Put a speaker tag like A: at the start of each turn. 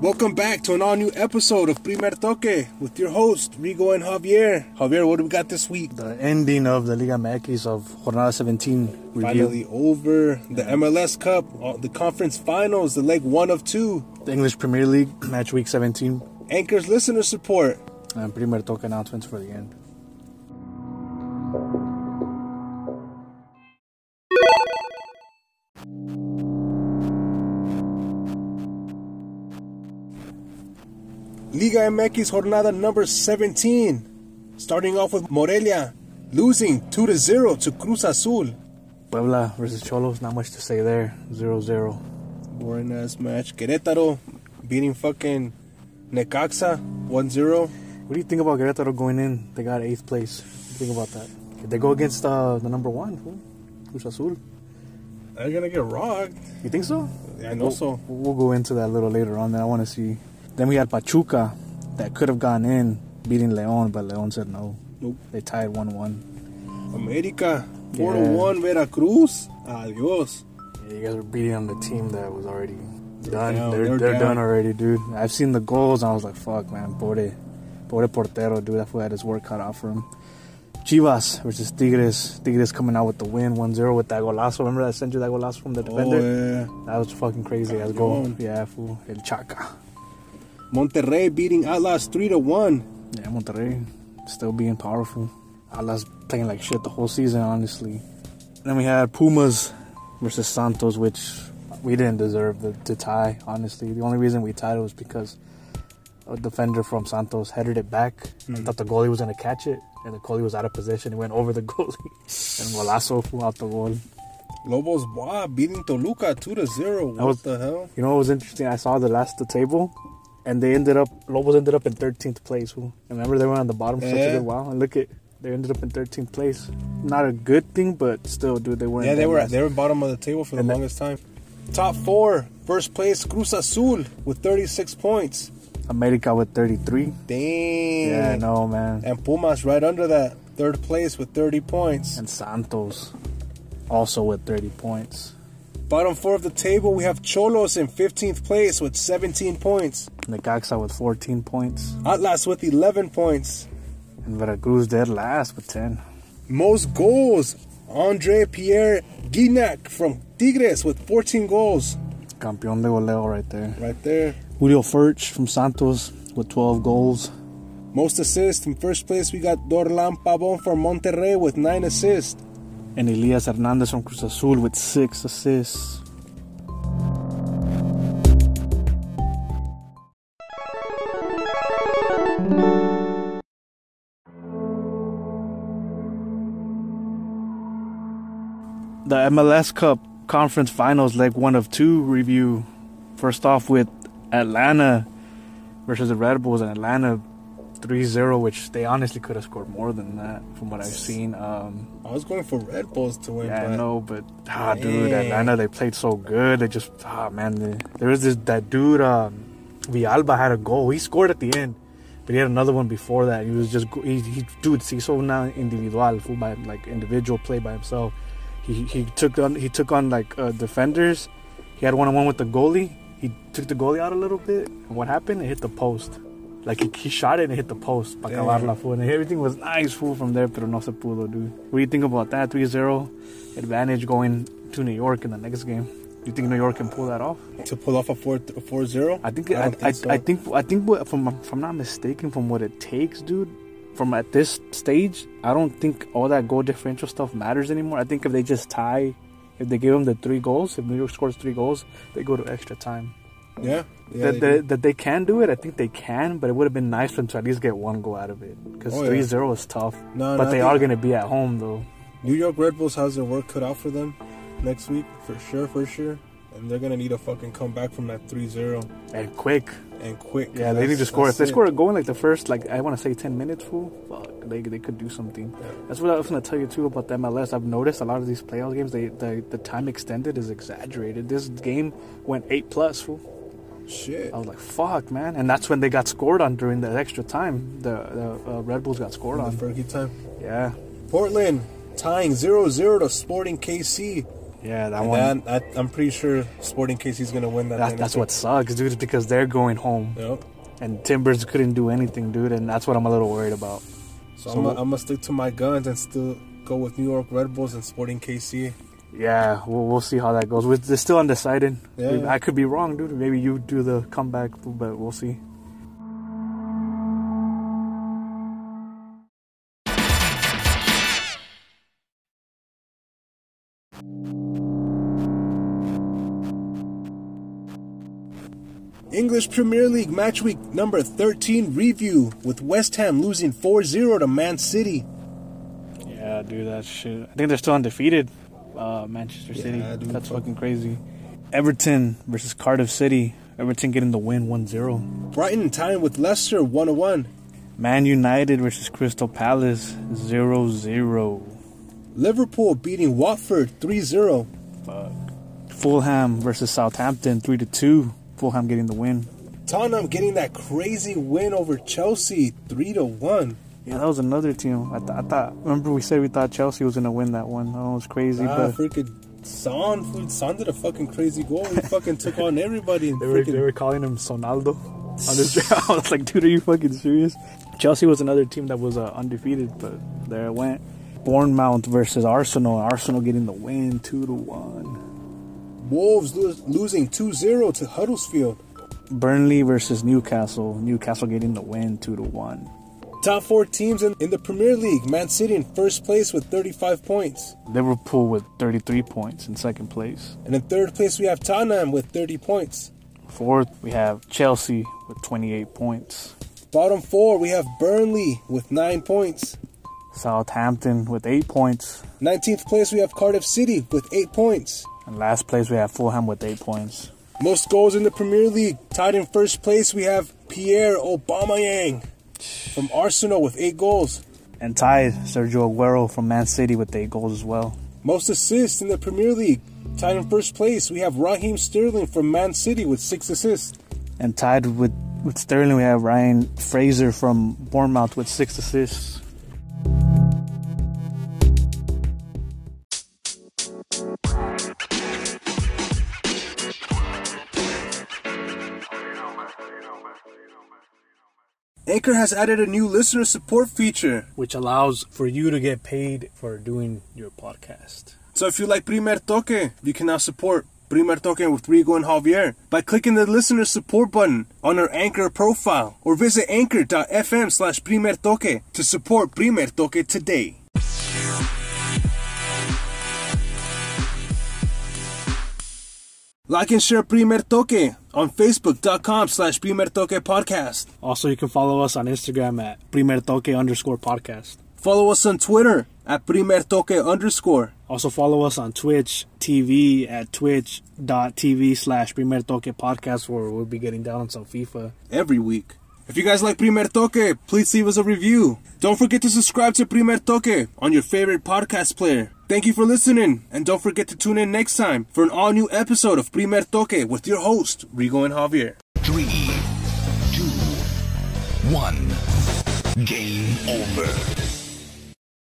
A: Welcome back to an all new episode of Primer Toque with your host, Rigo and Javier. Javier, what do we got this week?
B: The ending of the Liga MX of Jornada 17 review.
A: Finally over. The MLS Cup, all- the conference finals, the leg one of two.
B: The English Premier League match week 17
A: Anchors listener support.
B: and Primer Toque announcements for the end.
A: Liga MX Jornada number 17. Starting off with Morelia, losing 2 to 0 to Cruz Azul.
B: Puebla versus Cholos, not much to say there. 0 0.
A: Boring ass match. Querétaro beating fucking Necaxa 1 0.
B: What do you think about Querétaro going in? They got 8th place. What do you think about that? If they go against uh, the number 1, fool, Cruz Azul.
A: They're gonna get rocked.
B: You think so?
A: I know so.
B: We'll go into that a little later on. Then I want to see. Then we had Pachuca that could have gone in beating Leon, but Leon said no.
A: Nope.
B: They tied 1 1.
A: America 4
B: Yeah.
A: 1 Veracruz. Adios.
B: Yeah, you guys were beating on the team that was already done.
A: down,
B: They're,
A: they're
B: they're,
A: down.
B: done already, dude. I've seen the goals and I was like, fuck, man. Pobre, pobre portero, dude. That fool had his work cut out for him. Chivas versus Tigres. Tigres coming out with the win 1 0 with that golazo. Remember that sent you that golazo from the defender?
A: Oh,
B: That was fucking crazy. That goal.
A: Cañón.
B: Yeah, fool. El Chaca.
A: yeah. Monterrey beating Atlas 3 to 1.
B: Yeah, Monterrey still being powerful. Atlas playing like shit the whole season, honestly. Then we had Pumas versus Santos, which we didn't deserve the, to tie, honestly. The only reason we tied it was because a defender from Santos headed it back. I thought the goalie was going to catch it, and the goalie was out of position. It went over the goalie, and Golazo flew out the goal.
A: Lobos Boa beating Toluca 2 to 0. What
B: was-
A: the hell?
B: You know what was interesting? I saw the last the table, and they ended up Lobos ended up in 13th place. Who remember they were on the bottom for such
A: Yeah.
B: a good while, and look at they ended up in 13th place. Not a good thing, but still, dude, they were.
A: Yeah,
B: in
A: they
B: dead
A: were
B: last.
A: they were bottom of the table for the
B: And the-
A: longest time. Top four, first place Cruz Azul with 36 points.
B: America with 33.
A: Damn.
B: Yeah, no man.
A: And Pumas right under that, third place with 30 points.
B: And Santos also with 30 points.
A: Bottom four of the table, we have Cholos in 15th place with 17 points.
B: Necaxa with 14 points,
A: Atlas with 11 points.
B: and Veracruz dead last with 10.
A: Most goals, Andre Pierre Guignac from Tigres with 14 goals.
B: Campeón de goleo right there.
A: Right there.
B: Julio Furch from Santos with 12 goals.
A: Most assists in first place, we got Dorlan Pavon from Monterrey with 9 assists.
B: and Elias Hernandez from Cruz Azul with six assists. The MLS Cup Conference Finals, leg one of two review. First off with Atlanta versus the Red Bulls, and Atlanta 3 0, which they honestly could have scored more than that from what I've seen. Um,
A: I was going for Red Bulls to win,
B: yeah,
A: but
B: I know, but ah, dude,
A: Man.
B: Atlanta they played so good. They just ah, man, they, there was this that dude um, Vialba had a goal. He scored at the end, but he had another one before that. He was just go- he, he dude, see, so now individual, full by like individual play by himself. He he took on he took on like uh, defenders. He had one on one with the goalie. He took the goalie out a little bit, and what happened? It hit the post. Like he, he shot it and it hit the post. Para
A: Damn.
B: acabarla, fool. And everything was nice, fool, from there, pero no se pudo, dude. What do you think about that? 3 0 advantage going to New York in the next game. Do you think New York can pull that off?
A: to pull off a 4 4 0.
B: I think I, I, I, think I think what, from if I'm not mistaken, from what it takes, dude. From at this stage, I don't think all that goal differential stuff matters anymore. I think if they just tie, if they give them the three goals, if New York scores three goals, they go to extra time.
A: Yeah. yeah
B: that,
A: they
B: that,
A: do.
B: that they can do it, I think they can, but it would have been nice for them to at least get one goal out of it. Because
A: Oh, yeah.
B: 3 0 is tough.
A: No,
B: but
A: no, I
B: they
A: think-
B: are going to be at home, though.
A: New York Red Bulls has their work cut out for them next week, for sure, for sure. And they're going to need a fucking comeback from that 3 0
B: And quick.
A: and quick.
B: Yeah, they
A: That's-
B: need to score. If
A: that's
B: they
A: it.
B: score a goal in like the first, like I want to say, ten minutes, fool, fuck, they, they could do something. That's what I was gonna tell you too about the MLS. I've noticed a lot of these playoff games, they the, the time extended is exaggerated. This game went eight plus, fool.
A: Shit.
B: I was like, fuck, man, and that's when they got scored on during the extra time. The, the uh, Red Bulls got scored
A: The
B: on.
A: Fergie time.
B: Yeah,
A: Portland tying 0 0 to Sporting KC.
B: Yeah, that
A: And
B: one.
A: that, that, I'm pretty sure Sporting KC's gonna win that.
B: that,
A: thing.
B: that's what sucks, dude, is because they're going home
A: Yep.
B: and Timbers couldn't do anything, dude, and that's what I'm a little worried about.
A: So,
B: So
A: I'm,
B: what-
A: gonna, I'm gonna stick to my guns and still go with New York Red Bulls and Sporting KC.
B: Yeah, we'll, we'll see how that goes. We're, they're still undecided.
A: Yeah,
B: We-
A: yeah.
B: I could be wrong, dude. Maybe you do the comeback, but we'll see.
A: English Premier League match week number 13 review with West Ham losing 4-0 to Man City.
B: Yeah, dude, that shit. I think they're still undefeated. Uh, Manchester City.
A: Yeah, dude,
B: That's
A: fuck.
B: fucking crazy. Everton versus Cardiff City. Everton getting the win 1 0.
A: Brighton tying with Leicester 1-1.
B: Man United versus Crystal Palace 0 0.
A: Liverpool beating Watford 3-0.
B: Fuck. Fulham versus Southampton 3 2. Fulham getting the win.
A: Tottenham getting that crazy win over Chelsea 3-1.
B: Yeah, that was another team. I, th- I thought. Remember, we said we thought Chelsea was gonna win that one. That was crazy,
A: Ah,
B: but
A: freaking Son, dude, Son did a fucking crazy goal. He fucking took on everybody. And
B: They were,
A: freaking,
B: they were calling him Sonaldo. On this, I was like, dude, are you fucking serious? Chelsea was another team that was uh, undefeated, but there it went. Bournemouth versus Arsenal. Arsenal getting the win, two to one.
A: Wolves lo- losing 2-0 to Huddersfield.
B: Burnley versus Newcastle. Newcastle getting the win, two to one.
A: Top four teams in, in the Premier League. Man City in first place with 35 points.
B: Liverpool with 33 points in second place.
A: And in third place, we have Tottenham with 30 points.
B: Fourth, we have Chelsea with 28 points.
A: Bottom four, we have Burnley with 9 points.
B: Southampton with eight points.
A: 19th place, we have Cardiff City with 8 points.
B: And last place, we have Fulham with eight points.
A: Most goals in the Premier League. Tied in first place, we have Pierre Aubameyang from Arsenal with 8 goals.
B: And tied Sergio Aguero from Man City with eight goals as well.
A: Most assists in the Premier League. Tied in first place, we have Raheem Sterling from Man City with 6 assists.
B: And tied with, with Sterling, we have Ryan Fraser from Bournemouth with six assists.
A: Anchor has added a new listener support feature.
B: Which allows for you to get paid for doing your podcast.
A: So if you like Primer Toque, you can now support Primer Toque with Rigo and Javier by clicking the listener support button on our Anchor profile or visit anchor.fm slash Primer Toque to support Primer Toque today. Like and share Primer Toque on facebook.com slash Primer Toque podcast.
B: Also, you can follow us on Instagram at Primer Toque underscore podcast.
A: Follow us on Twitter at Primer Toque underscore.
B: Also follow us on Twitch TV at twitch.tv slash Primer Toque Podcast where we'll be getting down on some FIFA.
A: every week. If you guys like Primer Toque, please leave us a review. Don't forget to subscribe to Primer Toque on your favorite podcast player. Thank you for listening, and don't forget to tune in next time for an all new episode of Primer Toque with your host, Rigo and Javier.
C: Three, two, one. Game over.